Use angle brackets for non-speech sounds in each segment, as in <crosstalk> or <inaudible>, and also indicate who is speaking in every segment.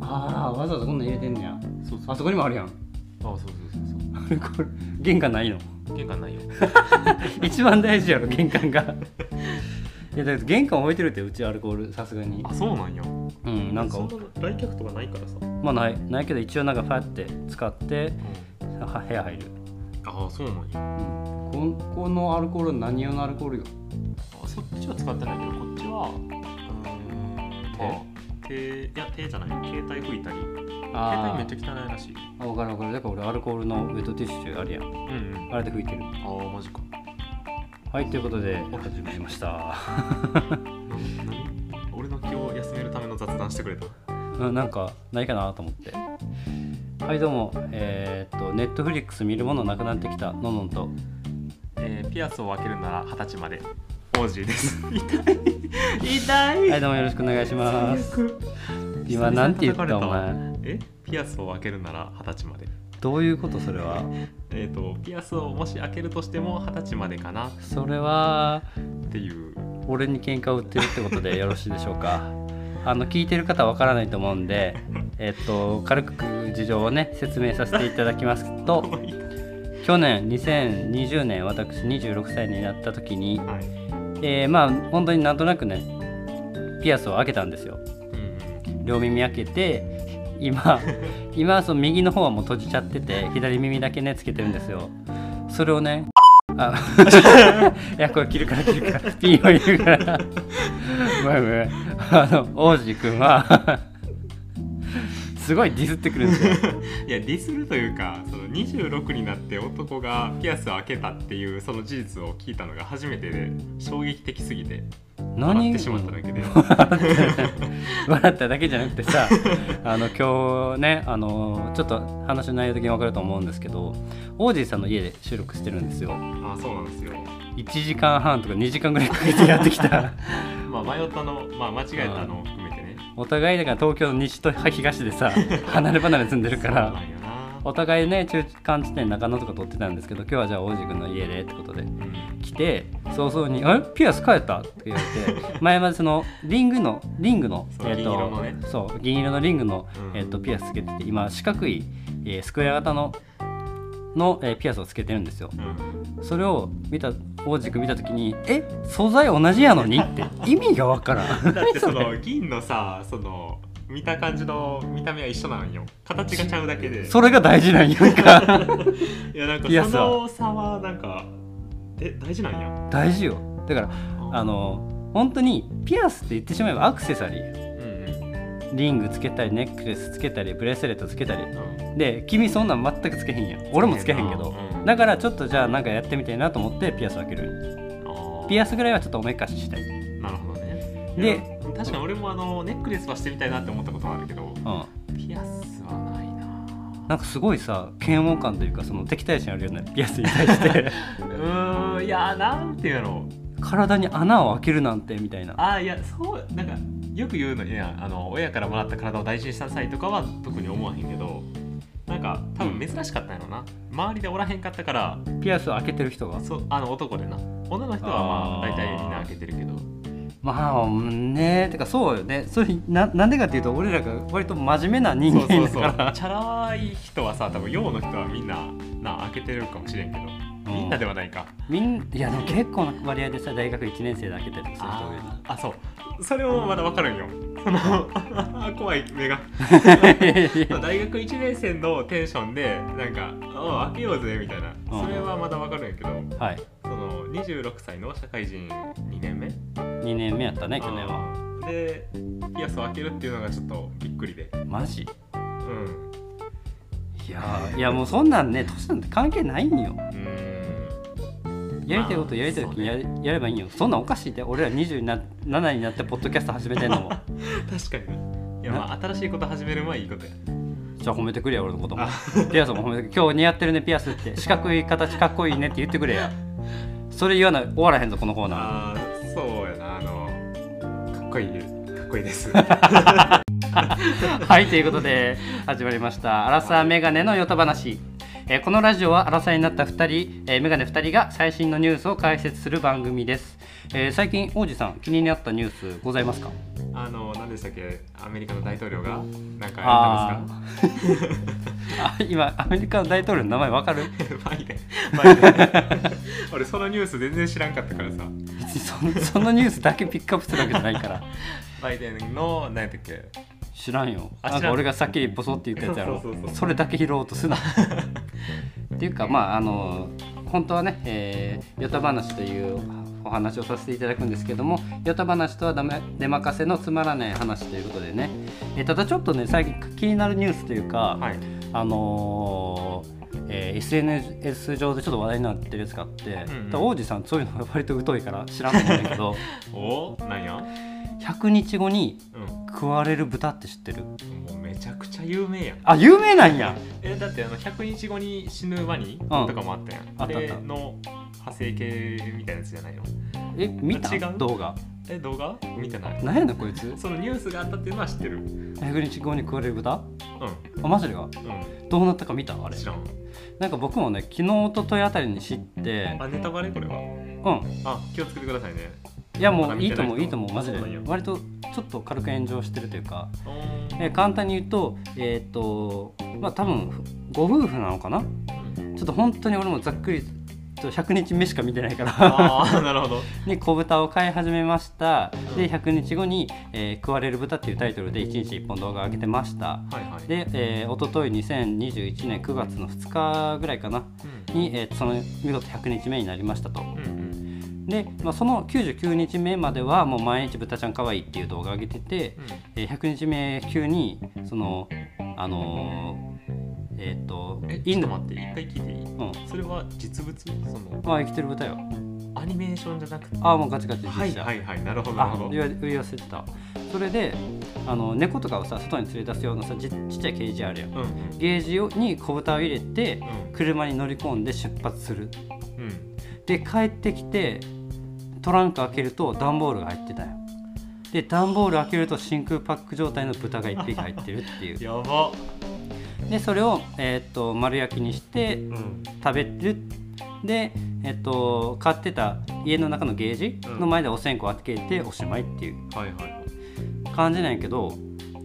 Speaker 1: わざわざこんなん入れてんねや
Speaker 2: そうそう
Speaker 1: あそこにもあるやん
Speaker 2: あそうそうそうそ
Speaker 1: あれこれ玄関ないの <laughs>
Speaker 2: う玄関ないよ
Speaker 1: 一番大事やろ玄関がいやだって玄関置いてるってうちアルコールさすがに
Speaker 2: あそうなんや
Speaker 1: うんなんか
Speaker 2: そな来客とかないからさ、うん、
Speaker 1: まあないないけど一応なんかファって使っては部屋入る、
Speaker 2: あそうなんや
Speaker 1: うん、ここのアルコール何用のアルコールよ
Speaker 2: あそっちは使ってないけどこっちはうーんまあ手いや手じゃない携帯拭いたり携帯めっちゃ汚いらしい
Speaker 1: あ分かる分かるだから俺アルコールのウェットティッシュあるやん
Speaker 2: うんうん
Speaker 1: あれで拭いてる
Speaker 2: ああマジか
Speaker 1: はいということで始まりました
Speaker 2: な何俺の気を休めるための雑談してくれた
Speaker 1: うん、なんかないかなと思ってはいどうもえーっとネットフリックス見るものなくなってきたのんのんと
Speaker 2: えー、ピアスを開けるなら二十歳までオージーです痛い痛い
Speaker 1: はいどうもよろしくお願いします今なんて言ったお前
Speaker 2: えピアスを開けるなら二十歳まで
Speaker 1: どういうことそれは
Speaker 2: えっ、とピアスをもし開けるとしても二十歳までかなっ
Speaker 1: それは
Speaker 2: ていう
Speaker 1: 俺に喧嘩売ってるってことでよろしいでしょうか <laughs> あの聞いてる方はわからないと思うんでえーっと軽く事情をね説明させていただきます <laughs> と去年2020年私26歳になった時に
Speaker 2: はい
Speaker 1: えーまあ本当になんとなくねピアスを開けたんですよ
Speaker 2: うん
Speaker 1: 両耳開けて今今その右の方はもう閉じちゃってて左耳だけねつけてるんですよそれをねあ <laughs> いやこれ切るから切るからピンを入れるからごめんごめんあの王子くんはすごいディスってくるんですよ
Speaker 2: うんいやディスるというかその26になって男がピアスを開けたっていうその事実を聞いたのが初めてで衝撃的すぎて笑ってしまっただけで
Speaker 1: <laughs> 笑っただけじゃなくてさあの今日ねあのちょっと話の内容的に分かると思うんですけど王子さんの家で収録してるんですよ
Speaker 2: あそうなんですよ
Speaker 1: 1時間半とか2時間ぐらいかけてやってき
Speaker 2: <laughs>
Speaker 1: た
Speaker 2: まあ迷ったの、まあ、間違えたのを含めてね
Speaker 1: お互いだから東京の西と東でさ離れ離れ住んでるか
Speaker 2: そうな
Speaker 1: ら
Speaker 2: んよな
Speaker 1: お互いね中間地点中野とか撮ってたんですけど今日はじゃあ王子くんの家でってことで
Speaker 2: うん
Speaker 1: 来て早々に「あれピアス変えた?」って言われ
Speaker 2: <laughs>
Speaker 1: て前までそのリングのリングの
Speaker 2: そう銀色のね
Speaker 1: そう銀色のリングの、
Speaker 2: うん
Speaker 1: えっとピアスつけてて今四角い、えースクエア型のの、えーピアスをつけてるんですよ
Speaker 2: うん
Speaker 1: それを見た王子くん見た時に「え素材同じやのに?」
Speaker 2: <laughs>
Speaker 1: って意味がわからん
Speaker 2: だってそ
Speaker 1: 何そ
Speaker 2: の銀のさその見た感じの見た目は一緒なんよ形がちゃうだけで
Speaker 1: それが大事なんやん
Speaker 2: <laughs>
Speaker 1: か
Speaker 2: いやなんか
Speaker 1: ピア
Speaker 2: そ
Speaker 1: スは
Speaker 2: の差はなんかで大事なんや
Speaker 1: 大事よだからあの本当にピアスって言ってしまえばアクセサリー
Speaker 2: うんうん
Speaker 1: リングつけたりネックレスつけたりブレスレットつけたり
Speaker 2: うん
Speaker 1: で君そんなん全くつけへんやん俺もつけへんけど、
Speaker 2: うん
Speaker 1: だからちょっとじゃあなんかやってみたいなと思ってピアスを開ける
Speaker 2: あー
Speaker 1: ピアスぐらいはちょっとおめかししたい、うん、
Speaker 2: なるほどね
Speaker 1: で
Speaker 2: いや確かに俺もあのネックレスはしてみたいなって思ったことはあるけどピアスはないな
Speaker 1: なんかすごいさ嫌悪感というかその敵対心あるよねピアスに対して
Speaker 2: <laughs> うーんいやなんていうの
Speaker 1: 体に穴を開けるなんてみたいな
Speaker 2: あーいやそうなんかよく言うのいやあの親からもらった体を大事にした際とかは特に思わへんけどなんか多分珍しかったんやろな、周りでおらへんかったから
Speaker 1: ピアスを開けてる人が
Speaker 2: そうあの男でな女の人はまあ
Speaker 1: あー
Speaker 2: 大体みんな開けてるけど
Speaker 1: まあうんねてかそうよねそれななんでかっていうと俺らが割と真面目な人
Speaker 2: そうそ
Speaker 1: 間
Speaker 2: う
Speaker 1: だ
Speaker 2: そ
Speaker 1: か
Speaker 2: う
Speaker 1: ら
Speaker 2: チャラい人はさ多分陽の人はみんなな開けてるかもしれんけど、
Speaker 1: うん
Speaker 2: みんなではないか
Speaker 1: みんいやでも結構な割合でさ大学1年生で開けたりとかする人多いよね
Speaker 2: あーあそうそれもまだ分かるんよその怖い <laughs> 目が大学1年生のテンションでなんか「あ開けようぜ」みたいな
Speaker 1: うん
Speaker 2: それはまだ分かるんやけど
Speaker 1: はい
Speaker 2: その26歳の社会人2年目
Speaker 1: 2年目やったね去年は
Speaker 2: うんでピアスを開けるっていうのがちょっとびっくりで
Speaker 1: マジ
Speaker 2: うん
Speaker 1: いやーいやもうそんなんね年なんて関係ないんよ
Speaker 2: う
Speaker 1: やりたいことやりたい時にや,、やればいいんよそんなんおかしいで俺ら27になってポッドキャスト始めてんのも
Speaker 2: ーん確かにないやまあ新しいこと始める前いいことや
Speaker 1: じゃあ褒めてくれよ俺のことも
Speaker 2: あ
Speaker 1: <laughs> ピアスも褒めてくれ今日似合ってるねピアスって四角い形かっこいいねって言ってくれやそれ言わない終わらへんぞこのコー
Speaker 2: <laughs>
Speaker 1: ナ
Speaker 2: あーそうやなあのかっこいいかっこいいです
Speaker 1: <laughs> ーはいということで始まりました「アラサーメガネのヨタ話」えーこのラジオはアラサーになった2人、えーメガネ2人が最新のニュースを解説する番組です、えー最近王子さん気になったニュースございますか
Speaker 2: あの何でしたっけアメリカの大統領がなんかや
Speaker 1: あ
Speaker 2: ったんで
Speaker 1: ああ <laughs> 今アメリカの大統領の名前わかる
Speaker 2: すか <laughs> バイデンバイデ
Speaker 1: <laughs>
Speaker 2: ン俺そのニュース全然知らんかったからさ
Speaker 1: 別にそんそのニュースだけピックアップするわけじゃないから
Speaker 2: バイデンの何やったっけ
Speaker 1: 知らんよ
Speaker 2: あ
Speaker 1: なん
Speaker 2: 知
Speaker 1: か
Speaker 2: らん
Speaker 1: 俺がさっきボソって言ったやつやろ
Speaker 2: そうそうそうそう
Speaker 1: それだけ拾おうと
Speaker 2: <laughs>
Speaker 1: すなっていうかまああの本当はね、えー、ヨタ話というお話をさせていただくんですけどもヨタ話とはダメ出任せのつまらない話ということでね、えーただちょっとね最近気になるニュースというか、
Speaker 2: はい
Speaker 1: あのーえー SNS 上でちょっと話題になってるやつがあって、
Speaker 2: うんうん
Speaker 1: だから王子さんそういうの割と疎いから知らんと思うんだけ
Speaker 2: <laughs>
Speaker 1: ど
Speaker 2: おなんや
Speaker 1: 100日後に
Speaker 2: うん
Speaker 1: 食われる豚って知ってる
Speaker 2: もうめちゃくちゃ有名やん
Speaker 1: あ有名なんや
Speaker 2: えだってあの100日後に死ぬワニとかもあったやん、
Speaker 1: あったあった
Speaker 2: れの派生系みたいなやつじゃないの
Speaker 1: え見た
Speaker 2: 違う
Speaker 1: 動画
Speaker 2: え動画見てない
Speaker 1: 何やねんこいつ
Speaker 2: そのニュースがあったっていうのは知ってるうん
Speaker 1: 100日後に食われる豚あマジでか
Speaker 2: う
Speaker 1: どうなったか見たあ
Speaker 2: ん
Speaker 1: れ
Speaker 2: 知らん
Speaker 1: なんか僕もね昨日一昨日あたりに知って
Speaker 2: あネタバレこれは
Speaker 1: うん
Speaker 2: あ気をつけてくださいね
Speaker 1: いやも
Speaker 2: まだ
Speaker 1: う
Speaker 2: 見
Speaker 1: いい
Speaker 2: て
Speaker 1: と
Speaker 2: ない
Speaker 1: 思ういいと思うマジで
Speaker 2: そうなんや
Speaker 1: 割とちょっと軽く炎上してるというか、
Speaker 2: おー
Speaker 1: えー簡単に言うとえっ、とまあ多分ご夫婦なのかなちょっと本当に俺もざっくりと100日目しか見てないから <laughs>
Speaker 2: ああ <laughs> なるほど
Speaker 1: で小豚を飼い始めました
Speaker 2: う
Speaker 1: で
Speaker 2: ん
Speaker 1: 100日後に、えー食われる豚」っていうタイトルで1日1本動画を上げてました
Speaker 2: はいはい
Speaker 1: で、えー、おととい2021年9月の2日ぐらいかなに、えーその見事100日目になりましたと
Speaker 2: うんうん
Speaker 1: で、まあ、その99日目まではもう毎日「豚ちゃんかわいい」っていう動画を上げてて、えー100日目急にそのあのーえっ、と
Speaker 2: うんえちょ
Speaker 1: イ
Speaker 2: っ
Speaker 1: ン
Speaker 2: と
Speaker 1: ド
Speaker 2: 待って一回聞いていい
Speaker 1: うん
Speaker 2: それは実物その
Speaker 1: あ生きてる豚よ
Speaker 2: アニメーションじゃなくて
Speaker 1: ああもうガチガチ実写、
Speaker 2: はいはいはいなるほどなる
Speaker 1: あ
Speaker 2: ほど
Speaker 1: 言わ言わせてたそれであの猫とかをさ外に連れ出すようなさちちっちゃいケージあるやん
Speaker 2: うん
Speaker 1: ゲージをに小豚を入れて
Speaker 2: う
Speaker 1: 車に乗り込んで出発する
Speaker 2: んうん
Speaker 1: で帰ってきてトランク開けると段ボールが入ってたよで段ボール開けると真空パック状態の豚が1匹入ってるっていう
Speaker 2: やば
Speaker 1: でそれを、えーっと丸焼きにして
Speaker 2: うん
Speaker 1: 食べるで、えーっと買ってた家の中のゲージの前でお線香開けておしまいっていう
Speaker 2: はいはい
Speaker 1: 感じなんやけど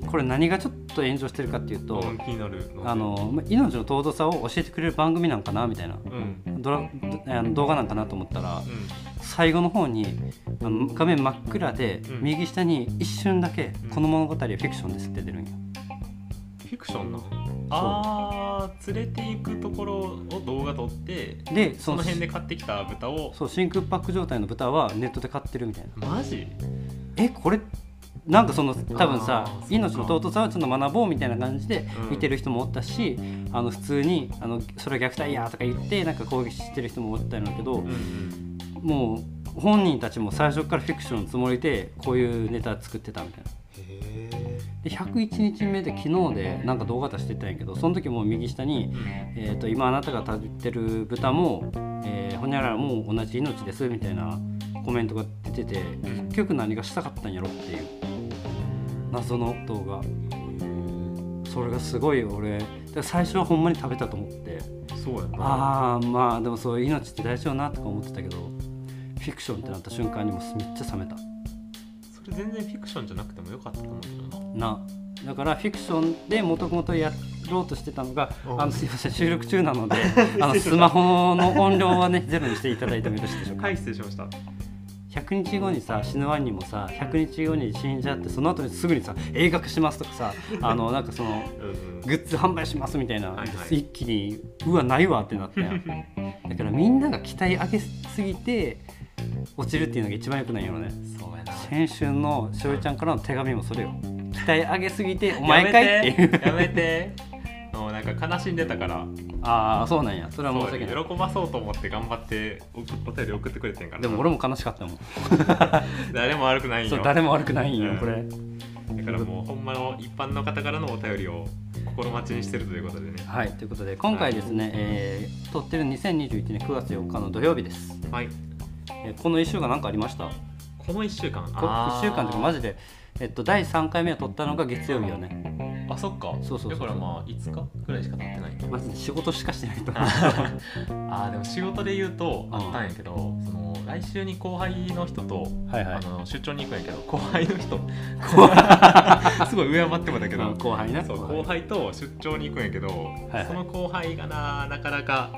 Speaker 1: これ何がちょっと炎上してるかっていうと、
Speaker 2: うん気になる
Speaker 1: あのま命の尊さを教えてくれる番組なんかなみたいな
Speaker 2: うん
Speaker 1: ドラどあの動画なんかなと思ったら
Speaker 2: うん
Speaker 1: 最後の方にあの画面真っ暗で、
Speaker 2: うん
Speaker 1: 右下に一瞬だけ
Speaker 2: うん
Speaker 1: 「この物語はフィクションです」って出るんよ、
Speaker 2: フィクションなあー連れて行くところを動画撮って
Speaker 1: で
Speaker 2: そ
Speaker 1: そ
Speaker 2: の
Speaker 1: の
Speaker 2: 辺で買ってきた豚を
Speaker 1: そう真空パック状態の豚はネットで買ってるみたいな
Speaker 2: マジ
Speaker 1: えこれなんかその多分さ
Speaker 2: あー
Speaker 1: 命
Speaker 2: そ
Speaker 1: の
Speaker 2: っか
Speaker 1: 尊さをちょっと学ぼうみたいな感じで
Speaker 2: うん
Speaker 1: 見てる人もおったし、あの普通にあの「それは虐待や」とか言ってなんか攻撃してる人もおったんだけど、
Speaker 2: うんうん
Speaker 1: もう本人たちも最初からフィクションのつもりでこういうネタ作ってたみたいな。
Speaker 2: へ
Speaker 1: で101日目で昨日でなんか動画出してたんやけどその時も右下に、
Speaker 2: え
Speaker 1: えーと「今あなたが食べてる豚も、えー、ほにゃららも同じ命です」みたいなコメントが出てて結局何がしたかったんやろっていう謎の動画それがすごい俺だから最初はほんまに食べたと思って
Speaker 2: そうやな
Speaker 1: ああまあでもそういう命って大事よなとか思ってたけどフィクションってなった瞬間にもうめっちゃ冷めた
Speaker 2: それ全然フィクションじゃなくてもよかったと思うけどな
Speaker 1: なだからフィクションでもともとやろうとしてたのが
Speaker 2: うん
Speaker 1: あのすいません収録中な
Speaker 2: <laughs>
Speaker 1: のであのスマホの音量はねゼロにしていただいてもよろしいでしょうか
Speaker 2: はい失礼しました
Speaker 1: 100日後にさ死ぬワニもさ100日後に死んじゃってその後にすぐにさ映画化しますとかさあのなんかその
Speaker 2: うんうん
Speaker 1: グッズ販売しますみたいな、
Speaker 2: はいはい
Speaker 1: 一気にうわないわってなったやんだからみんなが期待上げすぎて落ちるっていうのが一番よくないよね
Speaker 2: そう
Speaker 1: <laughs>
Speaker 2: やな
Speaker 1: 先週のしおりちゃんからの手紙もそれよ期待上げすぎ
Speaker 2: <laughs>
Speaker 1: てお
Speaker 2: や
Speaker 1: 前
Speaker 2: め
Speaker 1: かいっていう
Speaker 2: てやめてもうなんか悲しんでたから
Speaker 1: <laughs> ああそうなんやそれは申し
Speaker 2: そう
Speaker 1: 訳ない
Speaker 2: 喜ばそうと思って頑張っておお便り送ってくれてんから
Speaker 1: でも俺も悲しかったもん
Speaker 2: 誰も悪くないん
Speaker 1: そう
Speaker 2: よ
Speaker 1: 誰も悪くないん
Speaker 2: う
Speaker 1: よ
Speaker 2: ん
Speaker 1: これ
Speaker 2: だからもうほんまの一般の方からのお便りを心待ちにしてるということでね。
Speaker 1: はいということで今回ですね、えー撮ってる2021年9月4日の土曜日です、
Speaker 2: はい。
Speaker 1: えーこの1週間何かありましたこ
Speaker 2: この1週間。
Speaker 1: 1週間というかマ
Speaker 2: ジ
Speaker 1: ジで、えっと、第3回目を撮ったのが月曜日よね
Speaker 2: あ、そっか。
Speaker 1: そうそうそう
Speaker 2: だからまあ5日ぐらいしか経ってない。 <laughs>
Speaker 1: マジで仕事しかしてないと思う
Speaker 2: あーでも仕事で言うとあったんやけど、その来週に後輩の人と、
Speaker 1: はいは
Speaker 2: あ
Speaker 1: い
Speaker 2: の出張に行くんやけど後輩
Speaker 1: <laughs>
Speaker 2: の人 <laughs> すごい上回ってもだけ
Speaker 1: う
Speaker 2: ど
Speaker 1: ん後輩な
Speaker 2: そう後輩と出張に行くんやけど、
Speaker 1: はい
Speaker 2: その後輩がななかなか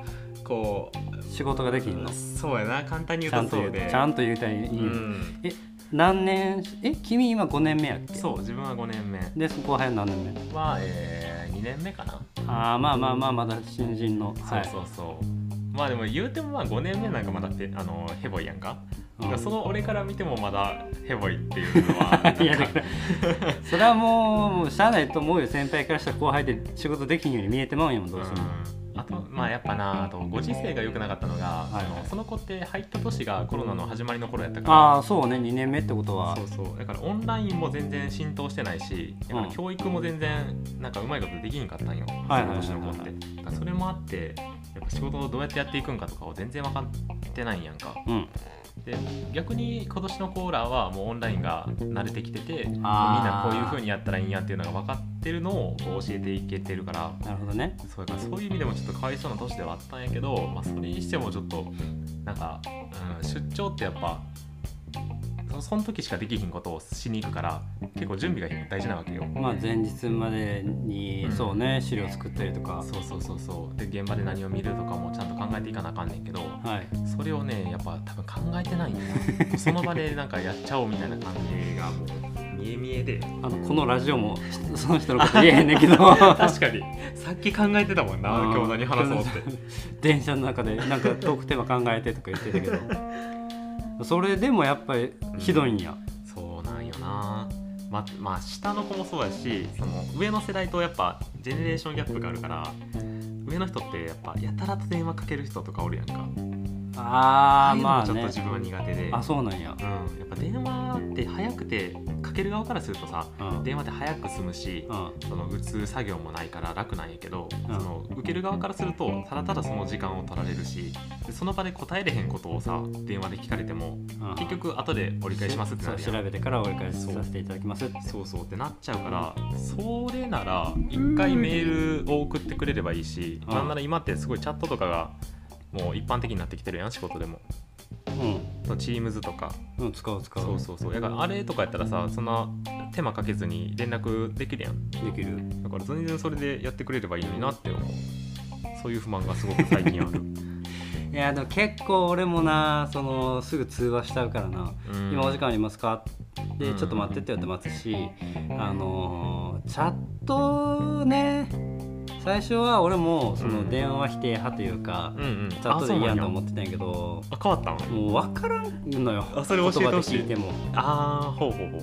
Speaker 2: こう
Speaker 1: 仕事ができんの
Speaker 2: そうやな簡単に
Speaker 1: ちゃ
Speaker 2: 言うんと
Speaker 1: と
Speaker 2: そ
Speaker 1: 言
Speaker 2: う
Speaker 1: う
Speaker 2: で
Speaker 1: ちゃんと言うたいに、
Speaker 2: うん
Speaker 1: 何年え君今5年目やっけ
Speaker 2: そう自分は5年目
Speaker 1: でその後輩は何年目
Speaker 2: は、えー、2年目かな、
Speaker 1: ああまあまあまあまだ新人のはい
Speaker 2: そうそうそうまあでも言うてもまあ5年目なんかまだてあのヘボいやんか,、
Speaker 1: うん
Speaker 2: その俺から見てもまだヘボいってい
Speaker 1: <laughs>
Speaker 2: うのはなんか
Speaker 1: いやだからそれはもうもうしゃあないと思うよ先輩からしたら後輩で仕事できんように見えてまうんやもんどうしても、
Speaker 2: あとまあやっぱなあとご時世が良くなかったのが、
Speaker 1: い
Speaker 2: あのその子って入った年がコロナの始まりの頃やった
Speaker 1: あ
Speaker 2: か
Speaker 1: あそうね2年目ってこと
Speaker 2: ら
Speaker 1: は
Speaker 2: そうそうだからオンラインも全然浸透してないしだから
Speaker 1: うん
Speaker 2: 教育も全然なんかうまいことできんかったん
Speaker 1: は
Speaker 2: よ、
Speaker 1: い
Speaker 2: そ
Speaker 1: はいはい
Speaker 2: の
Speaker 1: はい
Speaker 2: 年の子ってだからそれもあってやっぱ仕事をどうやってやっていくんかとかを全然分かってないんやんか
Speaker 1: うん
Speaker 2: で逆に今年のコーラはもうオンラインが慣れてきててみん
Speaker 1: あー
Speaker 2: なこういう風にやったらいいんやっていうのが分かってるのをこう教えていけてるから
Speaker 1: なるほどね
Speaker 2: そうかそういう意味でもちょっとかわいそうな年ではあったんやけど、まあ、それにしてもちょっとなんか、うん、出張ってやっぱそその時しかできひんことをしに行くから結構準備が大事なわけよ。
Speaker 1: まあ前日までに、
Speaker 2: うん
Speaker 1: そうね資料作ったりとか
Speaker 2: そうそうそうそうで現場で何を見るとかもちゃんと考えていかなあかんねんけど
Speaker 1: はい
Speaker 2: それをねやっぱ多分考えてないんだなその場でなんかやっちゃおうみたいな感じがもう見え見
Speaker 1: <laughs>
Speaker 2: えで
Speaker 1: あのこのラジオもその人のこと言えへんね
Speaker 2: <laughs>
Speaker 1: んけど
Speaker 2: 確かにさっき考えてたもんな
Speaker 1: うん
Speaker 2: 今日何話そうって
Speaker 1: 電車の中でなんかトークテーマ考えてとか言ってたけ
Speaker 2: <laughs>
Speaker 1: どそれでもやっぱりひどいんや、
Speaker 2: そうなんよなままあ下の子もそうやしその上の世代とやっぱジェネレーションギャップがあるから上の人ってやっぱやたらと電話かける人とかおるやんか
Speaker 1: ああ
Speaker 2: いうの
Speaker 1: まあ
Speaker 2: ちょっと
Speaker 1: ね
Speaker 2: 自分は苦手で、
Speaker 1: あそうなんや、
Speaker 2: うん、やっぱ電話って早くてかける側からするとさ
Speaker 1: うん
Speaker 2: 電話って早く済むし、
Speaker 1: うん
Speaker 2: その打つ作業もないから楽なんやけど、
Speaker 1: うん
Speaker 2: その受ける側からするとただただその時間を取られるしでその場で答えれへんことをさ電話で聞かれても
Speaker 1: うん
Speaker 2: 結局後で折り返しますってなるや
Speaker 1: そ
Speaker 2: ん
Speaker 1: う調べてから折り返しさせていただきますって
Speaker 2: そうそうってなっちゃうからそれなら一回メールを送ってくれればいいし
Speaker 1: うん
Speaker 2: なんなら今ってすごいチャットとかがもう一般的になってきてるやん仕事でも
Speaker 1: う
Speaker 2: その Teams とか
Speaker 1: ん、うん、使う使う
Speaker 2: そうそうそうだからあれとかやったらさそんな手間かけずに連絡できるやん
Speaker 1: できる
Speaker 2: だから全然それでやってくれればいいのになって思うそういう不満がすごく最近あ
Speaker 1: <laughs>
Speaker 2: る
Speaker 1: いやでも結構俺もなそのすぐ通話しちゃうからな「今お時間ありますか?」で
Speaker 2: うん
Speaker 1: ちょっと待ってって言われて待つしあのーチャットね最初は俺もそうの
Speaker 2: ん
Speaker 1: 電話否定派というか
Speaker 2: うんうん
Speaker 1: チャットで嫌と思
Speaker 2: っ
Speaker 1: ってたんやけど
Speaker 2: あ変わったん
Speaker 1: もう分からんのよ
Speaker 2: あそれ教えてほしい
Speaker 1: 言葉で聞いても
Speaker 2: ああほうほうほう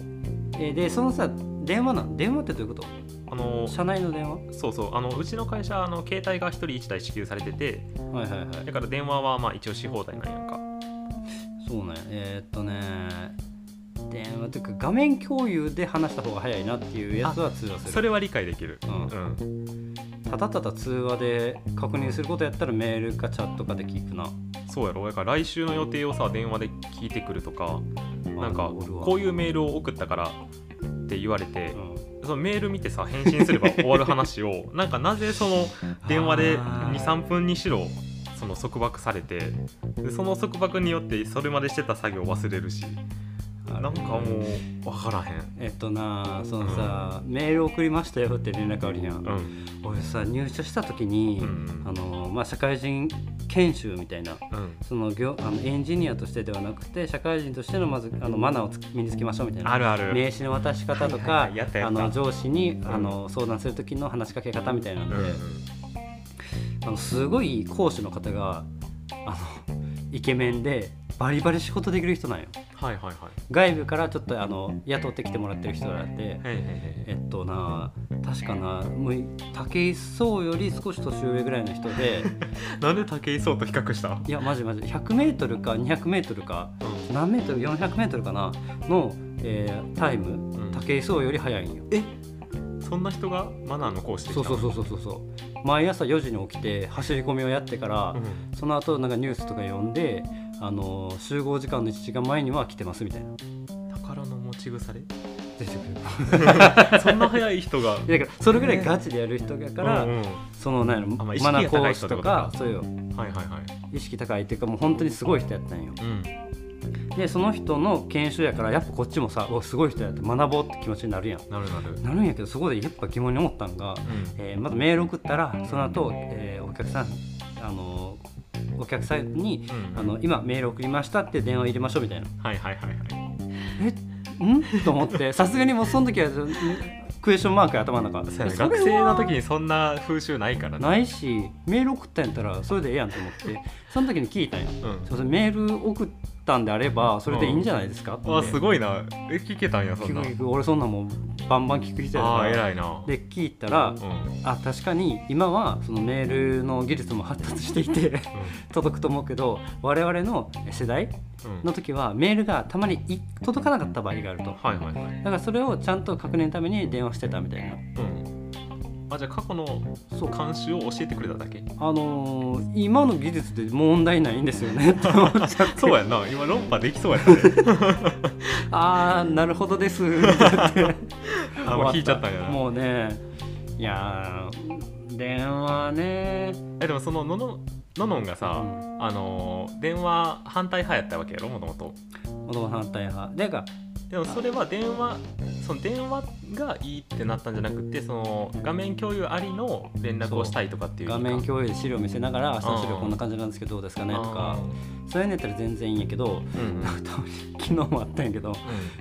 Speaker 1: えでそのさ電話なん電話ってどういうこ
Speaker 2: あの
Speaker 1: と社内の電話
Speaker 2: そうそうあのうちの会社あの携帯が1人1台支給されてて
Speaker 1: はいはいはい
Speaker 2: だから電話はまあ一応し放題なんやんか
Speaker 1: そうねえーっとね電話というか画面共有で話した方が早いなっていうやつは通話する
Speaker 2: それは理解できる
Speaker 1: うん
Speaker 2: うん
Speaker 1: ただただ通話で確認することやったらメールかチャットかで聞くな
Speaker 2: そうやろだから来週の予定をさ電話で聞いてくるとかなんかこう
Speaker 1: い
Speaker 2: いうメールを送ったからって言われて
Speaker 1: う、ん
Speaker 2: そのメール見てさ返信すれば終わる話をなんかなぜその電話で
Speaker 1: あー
Speaker 2: 23分にしろその束縛されてでその束縛によってそれまでしてた作業忘れるしなんかもう分からへん
Speaker 1: えっとなそのさ、メール送りましたよって連絡あるやん、
Speaker 2: うん
Speaker 1: 俺さ入社した時に、
Speaker 2: うん
Speaker 1: あのまあ、社会人研修みたいな
Speaker 2: うん
Speaker 1: その業あのエンジニアとしてではなくて社会人としてのまずあのマナーをつ身につけましょうみたいな
Speaker 2: あるある
Speaker 1: 名刺の渡し方と
Speaker 2: はいは
Speaker 1: か
Speaker 2: いはいやったや
Speaker 1: あ
Speaker 2: った
Speaker 1: の上司に
Speaker 2: ん
Speaker 1: あの相談する時の話しかけ方みたいな
Speaker 2: うんん
Speaker 1: で、
Speaker 2: うん
Speaker 1: あのすごい講師の方があのイケメンでバリバリ仕事できる人なんよ
Speaker 2: はいはいはい
Speaker 1: 外部からちょっとあの雇ってきてもらってる人があって
Speaker 2: はいはいはい
Speaker 1: えっとな確かなもう武井壮より少し年上ぐらいの人で
Speaker 2: なんで武井壮と比較した
Speaker 1: いやマジマジ 100m か 200m か何メートル 400m かなの、えータイム
Speaker 2: うん
Speaker 1: 武井壮より速いんよ。
Speaker 2: えそんな人がマナーの講師でき
Speaker 1: そ
Speaker 2: た
Speaker 1: うそうそうそうそうそう毎朝4時に起きて走り込みをやってから、
Speaker 2: うん
Speaker 1: その後なんかニュースとか読んであの集合時間の1時間前には来てますみたいな
Speaker 2: 宝の持ち
Speaker 1: <laughs>
Speaker 2: 腐れ
Speaker 1: 出てくる
Speaker 2: そんな早い人が
Speaker 1: だからそれぐらいガチでやる人だから、
Speaker 2: うんうん
Speaker 1: そのなんやろ
Speaker 2: あまあ意識
Speaker 1: マナ
Speaker 2: が
Speaker 1: ー
Speaker 2: 高い
Speaker 1: 講
Speaker 2: 人
Speaker 1: 師
Speaker 2: ってこととか
Speaker 1: かそうよ
Speaker 2: はいはいはい
Speaker 1: 意識高いっていうかもう本当にすごい人やったんよ
Speaker 2: うん
Speaker 1: でその人の研修やからやっぱこっちもさおすごい人やって学ぼうって気持ちになるやん
Speaker 2: なるなる
Speaker 1: なるんやけどそこでやっぱ疑問に思ったんが、えーまずメール送ったらその後、えーお客さんあのーお客さんに
Speaker 2: うんうん
Speaker 1: あの「今メール送りました」って電話入れましょうみたいな
Speaker 2: はいはいはいは
Speaker 1: えんと思ってさすがにもうその時はんクエスチョンマークや頭の中
Speaker 2: いそうやね
Speaker 1: それは
Speaker 2: 学生の時にそんな風習ないからね
Speaker 1: ないしメール送ったんやったらそれでええやんと思ってその時に聞いたんや
Speaker 2: うん
Speaker 1: すいませんメール送ったんであればそれでいいんじゃないですかって
Speaker 2: あすごいなえ聞けたんやそん
Speaker 1: 聞
Speaker 2: な
Speaker 1: く聞く俺そんなんもうバンバン聞く人や
Speaker 2: ああ
Speaker 1: から
Speaker 2: 偉いな
Speaker 1: で聞いたら
Speaker 2: うんうん
Speaker 1: あ確かに今はそのメールの技術も発達していて <laughs> 届くと思うけど我々の世代
Speaker 2: うん
Speaker 1: の時はメールがたまにい届かなかった場合があると
Speaker 2: はいはいはい
Speaker 1: だからそれをちゃんと確認のために電話してたみたいな
Speaker 2: うんあじゃあ過去の
Speaker 1: そう
Speaker 2: 慣習を教えてくれただけ
Speaker 1: あのー今の技術で問題ないんですよ
Speaker 2: <laughs>
Speaker 1: ねって思っちゃって
Speaker 2: そうやん
Speaker 1: <laughs>
Speaker 2: な今論破できそうやったね
Speaker 1: ああなるほど
Speaker 2: <laughs>
Speaker 1: ですって
Speaker 2: あもう聞いちゃったんやな
Speaker 1: もうねいやー電話ね
Speaker 2: えでもそのののののんがさ、
Speaker 1: う
Speaker 2: あのー電話反対派やったわけやろもともと
Speaker 1: 男反対派でか
Speaker 2: でもそれは電話その電話がいいってなったんじゃなくてその画面共有ありの連絡をしたいとかっていう
Speaker 1: 画面共有で資料見せながら明日の資料
Speaker 2: うん
Speaker 1: こんな感じなんですけどどうですかねとか
Speaker 2: あ
Speaker 1: そういうのやったら全然いいんやけど
Speaker 2: ーうんうん
Speaker 1: たまに <laughs> 昨日もあったんやけど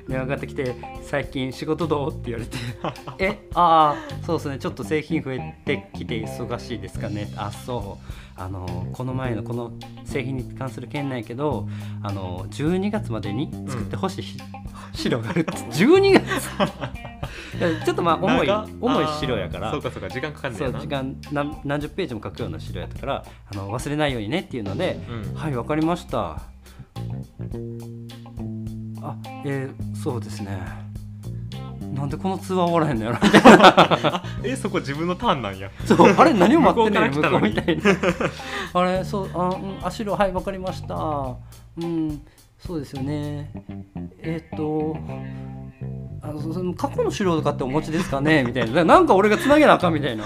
Speaker 1: 電話かかってきて「最近仕事どう?」って言われて「 <laughs> えああそうですねちょっと製品増えてきて忙しいですかね」あそうあのこの前のこの製品に関する件なんやけどあの12月までに作ってほしいひ、資料があるって12月 <laughs> いやちょっとまあ重い
Speaker 2: 長
Speaker 1: 重い資料やから
Speaker 2: あーそうかそうか時間かかるん
Speaker 1: そ
Speaker 2: だよ
Speaker 1: う
Speaker 2: な
Speaker 1: 時間何何十ページも書くような資料やったからあの忘れないようにねっていうので「
Speaker 2: うん
Speaker 1: はいわかりました」あえー、そうですねなんでこの通話終わらへんのやろみ
Speaker 2: <laughs>
Speaker 1: たいな
Speaker 2: えそこ自分のターンなんや
Speaker 1: そうあれ何を待ってんねん向
Speaker 2: 向こうか
Speaker 1: こ
Speaker 2: ら
Speaker 1: うみ
Speaker 2: 来
Speaker 1: た
Speaker 2: た
Speaker 1: いなあれそうあうんあ資料はいわかりましたうんそうですよねえーっとあのそその過去の資料とかってお持ちですか
Speaker 2: <laughs>
Speaker 1: ねみたいななんか俺がつなげなあかんみたいな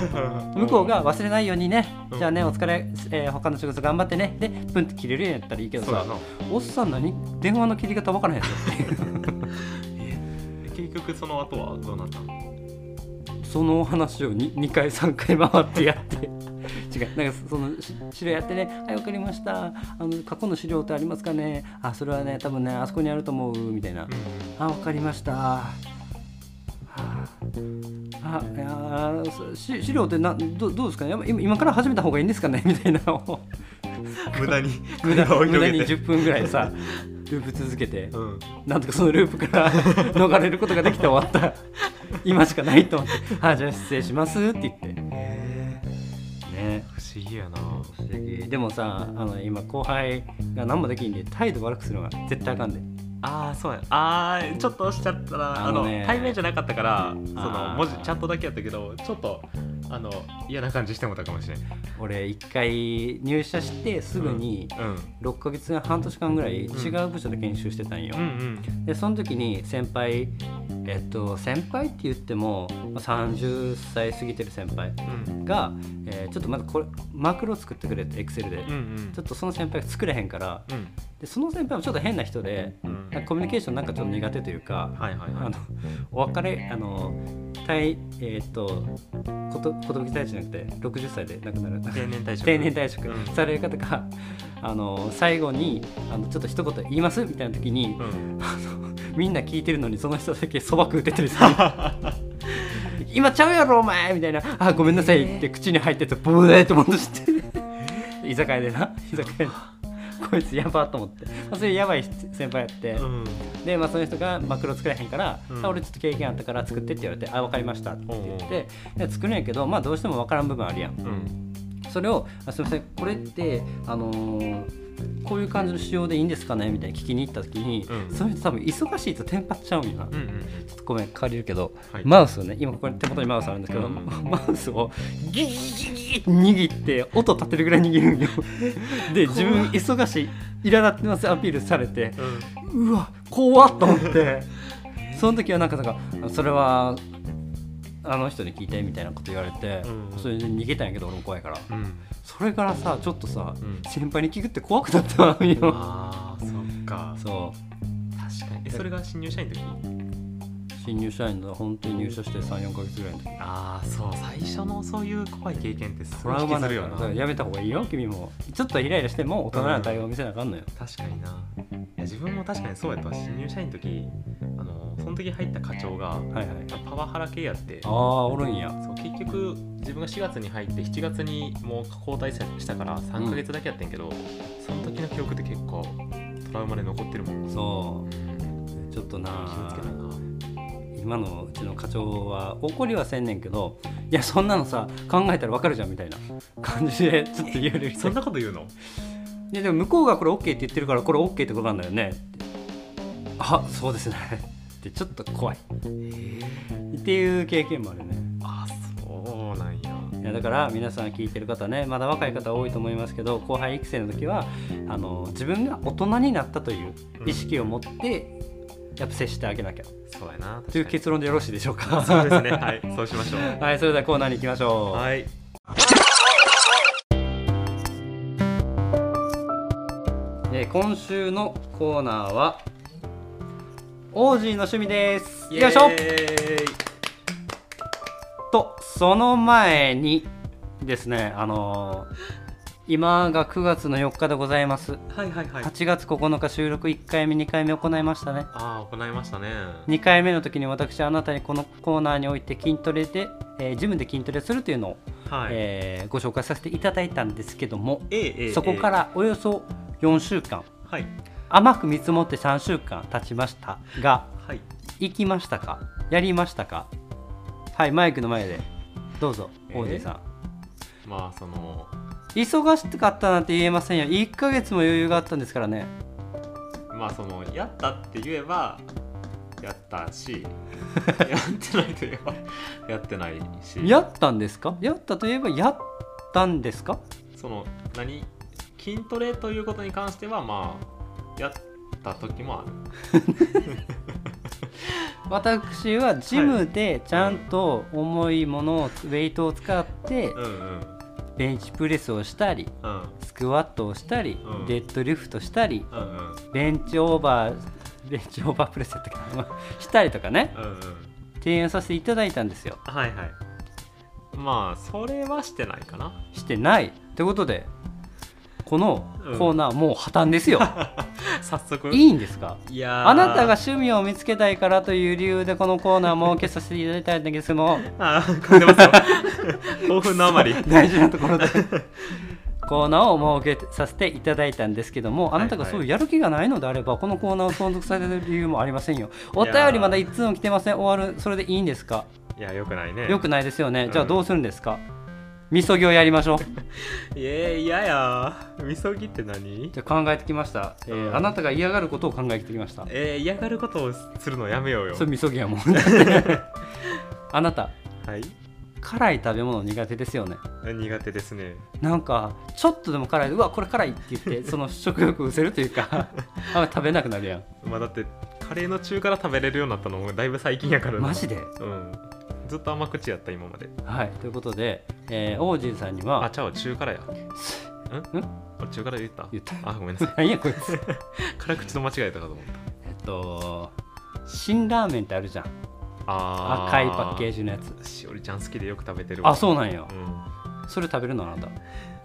Speaker 1: 向こうが忘れないようにね、
Speaker 2: うん
Speaker 1: じゃあねお疲れ、えー他の仕事頑張ってねでプンって切れるようになったらいいけど
Speaker 2: そうや
Speaker 1: さ
Speaker 2: な
Speaker 1: おっさん何電話の切り方分からへんぞっていう
Speaker 2: 結局その後はどうなったの
Speaker 1: そのお話を 2, 回3回回ってやって違うなんかそのし資料やってね「はい分かりましたあの過去の資料ってありますかねあそれはね多分ねあそこにあると思う」みたいなあ、わかりました。はあ、あいやーし資料ってなどどうですかねやっぱ今今から始めた方がいいんですかねみたいなのを
Speaker 2: <laughs> 無駄に
Speaker 1: <laughs> 無駄
Speaker 2: を
Speaker 1: 無駄
Speaker 2: 広
Speaker 1: に
Speaker 2: げて
Speaker 1: 10分ぐらいさループ続けて
Speaker 2: うん
Speaker 1: なんとかそのループから
Speaker 2: <laughs>
Speaker 1: 逃れることができて終わった今しかないと思って「あじゃあ失礼します」って言ってね
Speaker 2: 不思議やな
Speaker 1: 不思議でもさあの今後輩が何もできんで態度悪くするのが絶対あかんで
Speaker 2: ああそうやあーちょっとしちゃったら
Speaker 1: あ
Speaker 2: あ
Speaker 1: の
Speaker 2: の、
Speaker 1: ね
Speaker 2: 対面じゃなかったからその
Speaker 1: あー
Speaker 2: 文字チャットだけやったけどちょっとあの嫌な感じしてもたかもしれん
Speaker 1: 俺一回入社してすぐに、
Speaker 2: うん
Speaker 1: 6ヶ月半年間ぐらい違
Speaker 2: うん
Speaker 1: う部署で研修してたんよ、
Speaker 2: うん
Speaker 1: でその時に先輩えっと先輩って言ってもまあ30歳過ぎてる先輩
Speaker 2: うん
Speaker 1: が、えーちょっとまずこれマクロ作ってくれってエクセルで、
Speaker 2: うんうん
Speaker 1: ちょっとその先輩が作れへんから
Speaker 2: うん
Speaker 1: でその先輩もちょっと変な人で
Speaker 2: うん
Speaker 1: なんかコミュニケーションなんかちょっと苦手というか、
Speaker 2: はいはいは
Speaker 1: あ
Speaker 2: い
Speaker 1: のお別れあの対えーっとこと寿退社じゃなくて60歳で亡くなられた
Speaker 2: 定年退職
Speaker 1: 定年退職
Speaker 2: うん
Speaker 1: される方が、あの最後にあのちょっと一言言いますみたいな時に、
Speaker 2: うん
Speaker 1: <laughs> みんな聞いてるのにその人だけそば食うててる <laughs> さ今ちゃうやろお前みたいな「あごめんなさい」って口に入っててボーって戻して <laughs> 居酒屋でな居酒屋で。こいつやばと思って、まあ、そういうやばい先輩やって、
Speaker 2: うん
Speaker 1: で、まあ、その人がマクロ作れへんから、
Speaker 2: うん
Speaker 1: あ俺ちょっと経験あったから作ってって言われて「あ分かりました」って言
Speaker 2: おうお
Speaker 1: っ
Speaker 2: う
Speaker 1: てで作るんやけど、まあ、どうしても分からん部分あるやん、
Speaker 2: うん
Speaker 1: それを「あすみませんこれって、あのーこういう感じの仕様でいいんですかね?」みたいに聞きに行った時に、
Speaker 2: うん
Speaker 1: その人多分忙しいとテンパっちゃうんよな、
Speaker 2: う
Speaker 1: ちょ
Speaker 2: んうん
Speaker 1: っとごめん借りるけど、
Speaker 2: はい
Speaker 1: マウスをね今ここに手元にマウスあるんですけど、
Speaker 2: うん
Speaker 1: マウスをギギギギって握って音立てるぐらい握るんよで自分忙しい苛立ってますアピールされて
Speaker 2: うん
Speaker 1: うわ怖っと思ってその時はなんかなんかそれはあの人に聞いてみたいなこと言われて、
Speaker 2: うん
Speaker 1: それで逃げたんやけど俺も怖いから。
Speaker 2: うん
Speaker 1: それからさちょっとさ
Speaker 2: うん
Speaker 1: 先輩に聞くって怖くなったのよ
Speaker 2: あーそっか
Speaker 1: <laughs> そ
Speaker 2: 確かにえそれが新入社員の時
Speaker 1: う新入社員だ本当に入社して34か月ぐらいの時
Speaker 2: ああそう最初のそういう怖い経験ってす
Speaker 1: ト
Speaker 2: ご
Speaker 1: ラ
Speaker 2: い
Speaker 1: ウ
Speaker 2: 引
Speaker 1: マ
Speaker 2: き
Speaker 1: だか
Speaker 2: ずる
Speaker 1: らだ
Speaker 2: よな
Speaker 1: からやめた方がいいよ君もちょっとイライラしても大人な対応を見せなあかんのよ、
Speaker 2: 確かにないや自分も確かにそうやったわ新入社員の時あのその時入った課長が
Speaker 1: はいはい
Speaker 2: パワハラ系やって
Speaker 1: ああおるんや
Speaker 2: そう結局自分が4月に入って7月にもう交代したから3ヶ月だけやってんけど、その時の記憶って結構トラウマで残ってるもん、
Speaker 1: そ
Speaker 2: 気
Speaker 1: うちょっとな
Speaker 2: をつけないな
Speaker 1: 今のうちの課長は怒りはせんねんけどいやそんなのさ考えたらわかるじゃんみたいな感じでちょっと言える
Speaker 2: そんなこと言うの
Speaker 1: いやでも向こうがこれ OK って言ってるからこれ OK ってことなんだよねってあそうですね <laughs> ってちょっと怖いっていう経験もあるね
Speaker 2: あそうなんや
Speaker 1: いやだから皆さん聞いてる方ねまだ若い方多いと思いますけど後輩育成の時はあの自分が大人になったという意識を持ってやっぱ接してあげなきゃ
Speaker 2: そうやな
Speaker 1: という
Speaker 2: 確
Speaker 1: 結論でよろしいでしょうか
Speaker 2: かにそうですねはいそうしましょ
Speaker 1: <laughs>
Speaker 2: う
Speaker 1: はいそれではコーナーに行きましょう
Speaker 2: はい
Speaker 1: えー今週のコーナーはオージーの趣味です
Speaker 2: イエ
Speaker 1: よいしょ
Speaker 2: ーイ
Speaker 1: とその前にですねあのー今が9月の4日でございます
Speaker 2: はいはいはい
Speaker 1: 8月9日収録1回目2回目行いましたね
Speaker 2: ああ行いましたね
Speaker 1: 2回目の時に私あなたにこのコーナーにおいて筋トレで、えージムで筋トレするというのを、
Speaker 2: はい、
Speaker 1: えーご紹介させていただいたんですけども、
Speaker 2: ええええ
Speaker 1: そこからおよそ4週間
Speaker 2: はい
Speaker 1: 甘く見積もって3週間経ちましたが
Speaker 2: はい
Speaker 1: 行きましたかやりましたかはいマイクの前でどうぞ
Speaker 2: えー
Speaker 1: オーディさん、
Speaker 2: まあその
Speaker 1: 忙しかったなんて言えませんよ1ヶ月も余裕があったんですからね
Speaker 2: まあそのやったって言えばやっ
Speaker 1: <laughs>
Speaker 2: たしやってないと言えばやってないし
Speaker 1: やったんですかやったといえばやったんですか
Speaker 2: その何筋トレということに関してはまあやった時もある
Speaker 1: 私はジムでちゃんと重いものをウェイトを使って
Speaker 2: うんうん
Speaker 1: ベンチプレスをしたり
Speaker 2: うん
Speaker 1: スクワットをしたり
Speaker 2: うん
Speaker 1: デッドリフトしたり
Speaker 2: うんうん
Speaker 1: ベンチオーバーベンチオーバープレスだったかなしたりとかね
Speaker 2: うんうん
Speaker 1: 提案させていただいたんですよ
Speaker 2: はいはいまあそれはしてないかな
Speaker 1: してないってことでこのコーナーもう破綻です
Speaker 2: <laughs>
Speaker 1: よ、
Speaker 2: 早速
Speaker 1: いいんですか
Speaker 2: いやー
Speaker 1: あなたが趣味を見つけたいからという理由でこのコーナー設けさせていただいたんです
Speaker 2: <laughs>
Speaker 1: も
Speaker 2: あー噛んでますよ <laughs> 興奮のあまり
Speaker 1: 大事なところで <laughs> コーナーを設けさせていただいたんですけどもあなたが
Speaker 2: はい
Speaker 1: そ
Speaker 2: はいう
Speaker 1: いうやる気がないのであればこのコーナーを存続される理由もありませんよお
Speaker 2: や
Speaker 1: 便
Speaker 2: ー
Speaker 1: りまだ1通も来てません終わるそれでいいんですか
Speaker 2: いやよくないね
Speaker 1: よくないですよね
Speaker 2: ん
Speaker 1: じゃあどうするんですかみそぎをやりましょう
Speaker 2: いやいややみそぎって何
Speaker 1: じゃあ考えてきました、えー
Speaker 2: うん
Speaker 1: あなたが嫌がることを考えてきました
Speaker 2: えー、嫌がることをするのやめようよ
Speaker 1: それみそぎやも
Speaker 2: <laughs>
Speaker 1: んあなた
Speaker 2: はい
Speaker 1: 辛い食べ物苦手ですよね
Speaker 2: 苦手ですね
Speaker 1: なんかちょっとでも辛いうわこれ辛いって言って
Speaker 2: <laughs>
Speaker 1: その食欲を失せるというかあんまり食べなくなるやん
Speaker 2: まあだってカレーの中から食べれるようになったのもだいぶ最近やからな
Speaker 1: マジで
Speaker 2: うんずっと甘口やった今まで
Speaker 1: はいということで、えー、オージーさんに
Speaker 2: あ
Speaker 1: は
Speaker 2: ちゃう中辛やん俺中辛言った
Speaker 1: 言った
Speaker 2: あごめんなさい
Speaker 1: 何やこいつ
Speaker 2: 辛口と間違えたかと思った
Speaker 1: えっと辛ラーメンってあるじゃん
Speaker 2: あ
Speaker 1: 赤いパッケー
Speaker 2: ジ
Speaker 1: ジのやつ
Speaker 2: しおりちゃん好きでよく食べてるわ
Speaker 1: あそうなんや
Speaker 2: うん
Speaker 1: それ食べるのあなた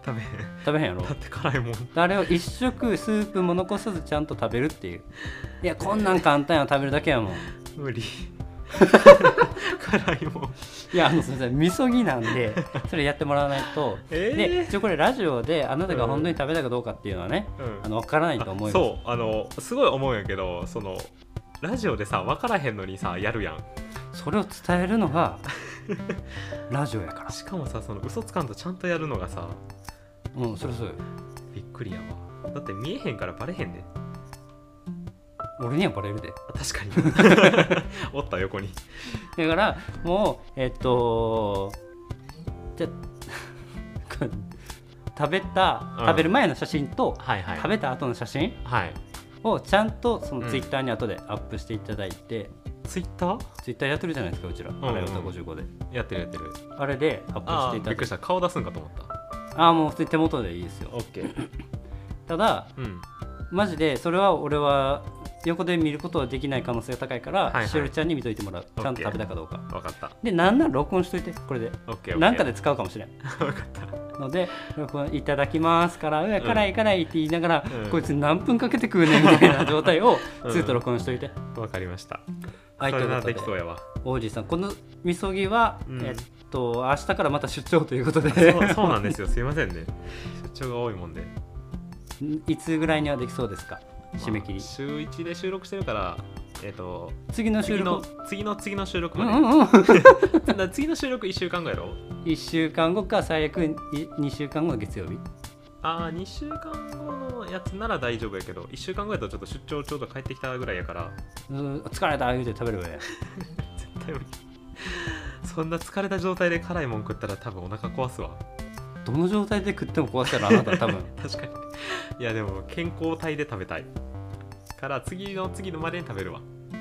Speaker 2: 食べへん
Speaker 1: 食べへんやろ
Speaker 2: だって辛いもん
Speaker 1: あれを一食スープも残さずちゃんと食べるっていういやこんなん簡単やん食べるだけやもん
Speaker 2: 無 <laughs> 理辛いもん
Speaker 1: いやあのすみませんみそぎなんで
Speaker 2: <laughs>
Speaker 1: それやってもらわないと、
Speaker 2: えー
Speaker 1: で一応これラジオであなたが本当に食べたかどうかっていうのはね、
Speaker 2: うん
Speaker 1: あの分からないと思います
Speaker 2: そうあのすごい思うんやけどそのラジオでさ分からへんのにさやるやん
Speaker 1: それを伝えるの
Speaker 2: <laughs>
Speaker 1: がラジオやか
Speaker 2: しかもさその嘘つかんとちゃんとやるのがさ
Speaker 1: らうんそれそうよ
Speaker 2: びっくりやわだって見えへんからバレへんで
Speaker 1: 俺にはバレるで
Speaker 2: あ確 <laughs> かにおった横に
Speaker 1: だからもうえっとじゃ <laughs> これ食べた
Speaker 2: うん
Speaker 1: 食べる前の写真と、
Speaker 2: はいは
Speaker 1: 食べた後の写真
Speaker 2: はい
Speaker 1: をちゃんとその
Speaker 2: うん
Speaker 1: ツイッターに後でアップしていただいて、
Speaker 2: ツイッター
Speaker 1: ツイッターやってるじゃないですかうちら「
Speaker 2: んうん
Speaker 1: あれ歌55で」
Speaker 2: やってるやってる
Speaker 1: あれでアップし
Speaker 2: あ
Speaker 1: て
Speaker 2: ー
Speaker 1: い
Speaker 2: び
Speaker 1: た
Speaker 2: っく
Speaker 1: だ
Speaker 2: り
Speaker 1: い
Speaker 2: した顔出すんかと思った
Speaker 1: ああもう普通に手元でいいですよ
Speaker 2: OK
Speaker 1: ただ
Speaker 2: うん
Speaker 1: マジでそれは俺は横で見ることはできない可能性が高いから、
Speaker 2: はいはい
Speaker 1: しおりちゃんに見といてもらう
Speaker 2: ケー
Speaker 1: ちゃんと食べたかどうか
Speaker 2: 分かった
Speaker 1: でなんなら録音しといてこれで
Speaker 2: OKOK
Speaker 1: なんかで使うかもし
Speaker 2: <laughs>
Speaker 1: れん
Speaker 2: 分かった
Speaker 1: ので録音いただきますから「うわ
Speaker 2: うん
Speaker 1: 辛い辛い」って言いながら、
Speaker 2: うん
Speaker 1: こいつ何分かけて食うねんみたいな状態
Speaker 2: <laughs>
Speaker 1: を
Speaker 2: うん
Speaker 1: ずっと録音しといて、
Speaker 2: 分かりました
Speaker 1: はい
Speaker 2: そ
Speaker 1: とい
Speaker 2: れ
Speaker 1: うこ
Speaker 2: なら
Speaker 1: と
Speaker 2: で
Speaker 1: で
Speaker 2: きそうやわ
Speaker 1: 王子さんこのみそぎは、
Speaker 2: うん
Speaker 1: えっと明日からまた出張ということで
Speaker 2: そう <laughs> そうなんですよすいませんね出張が多いもんで
Speaker 1: <laughs> いつぐらいにはできそうですか
Speaker 2: まあ
Speaker 1: 締め切り、
Speaker 2: 週1で収録してるからえっ、と
Speaker 1: 次の収
Speaker 2: 次の
Speaker 1: 録
Speaker 2: 次の次の収録
Speaker 1: う
Speaker 2: ま
Speaker 1: ん
Speaker 2: で、
Speaker 1: うんうん
Speaker 2: だから次の収録1週間後やろ
Speaker 1: 1週間後か最悪2週間後の月曜日
Speaker 2: ああ2週間後のやつなら大丈夫やけど1週間後やとちょっと出張ちょうど帰ってきたぐらいやから <laughs>
Speaker 1: うん疲れた言うて食べればいい
Speaker 2: 絶対無理そんな疲れた状態で辛いもん食ったら多分お腹壊すわ
Speaker 1: どの状態で食っても壊したらあなた多
Speaker 2: <laughs>
Speaker 1: 分
Speaker 2: 確かにいやでも健康体で食べたいから次の次のまでに食べるわ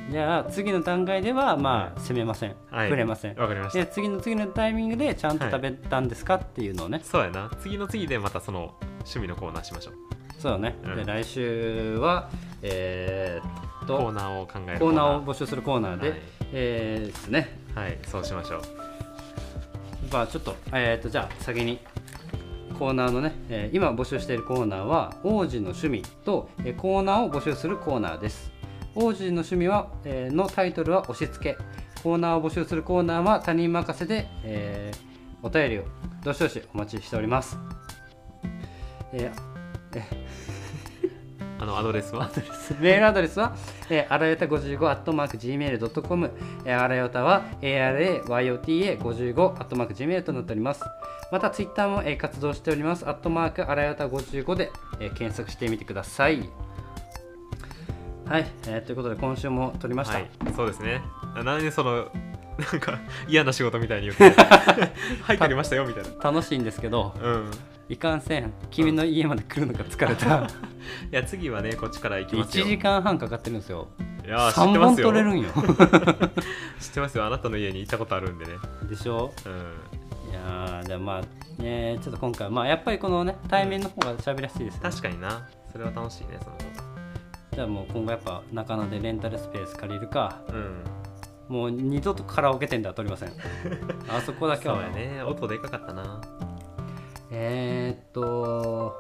Speaker 1: じゃあ次の段階ではまあ攻めません、
Speaker 2: はい
Speaker 1: 触れません
Speaker 2: わかりまし
Speaker 1: で
Speaker 2: た
Speaker 1: 次の次のタイミングでちゃんと
Speaker 2: はい
Speaker 1: 食べたんですかっていうのをね、
Speaker 2: そうやな次の次でまたその趣味のコーナーしましょう
Speaker 1: そうね、
Speaker 2: うん
Speaker 1: で来週はえーっと
Speaker 2: コーナーを考える
Speaker 1: コーナーを募集するコーナーで、
Speaker 2: はい
Speaker 1: えーですね
Speaker 2: はいそうしましょう
Speaker 1: まあちょっと,、えーっとじゃあ先にコーナーのね、えー今募集しているコーナーは王子の趣味と、えーコーナーを募集するコーナーです王子の趣味は、えーのタイトルは押し付けコーナーを募集するコーナーは他人任せで、えーお便りをどしどしお待ちしておりますえー
Speaker 2: あのアドレスは
Speaker 1: <laughs> メールアドレスは、えー、あらよた55 at mark gmail.com、えー、あらよたは arayota55 at mark gmail となっておりますまたツイッターも、えー活動しておりますアットマークあらよた55で、えー検索してみてくださいはい、えーということで今週も撮りました、
Speaker 2: はい、そうですねあなんでそのなんか嫌な仕事みたいに
Speaker 1: <laughs>
Speaker 2: 言って入ってきましたよみたいな
Speaker 1: 楽しいんですけど
Speaker 2: うん
Speaker 1: いかんせん君の家まで来るのが疲れ
Speaker 2: <laughs>
Speaker 1: た
Speaker 2: いや次はねこっちから行き
Speaker 1: 1
Speaker 2: ますよ
Speaker 1: 時間半かかってるんですよ
Speaker 2: いやー知って
Speaker 1: 3
Speaker 2: ま
Speaker 1: 本
Speaker 2: すよ
Speaker 1: 取れ
Speaker 2: <laughs>
Speaker 1: るんよ
Speaker 2: 知ってますよあなたの家に行ったことあるんでね
Speaker 1: でしょ
Speaker 2: うん
Speaker 1: いやーじゃあまあねちょっと今回まあやっぱりこのね対面の方が喋りやすいですね、
Speaker 2: 確かになそれは楽しいねその方
Speaker 1: じゃあもう今後やっぱ中野でレンタルスペース借りるか
Speaker 2: がうん
Speaker 1: もう二度とカラオケ店では取りま
Speaker 2: <laughs>
Speaker 1: せんあそこだけ
Speaker 2: そう
Speaker 1: は
Speaker 2: やね音でかかったな
Speaker 1: えー、っと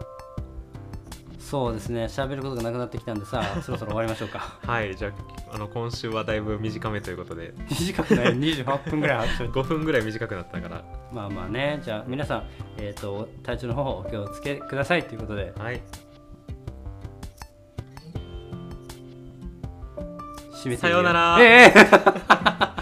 Speaker 1: そうですね喋ることがなくなってきたんでさそろそろ終わりましょうか <laughs>
Speaker 2: はいじゃああの今週はだいぶ短めということで
Speaker 1: 短くない28分ぐらい話しといて
Speaker 2: 5分ぐらい短くなったから
Speaker 1: まあまあねじゃあ皆さん、えーっと体調の方お気をつけくださいということで
Speaker 2: はい
Speaker 1: 締めてみよう
Speaker 2: さようなら
Speaker 1: ええ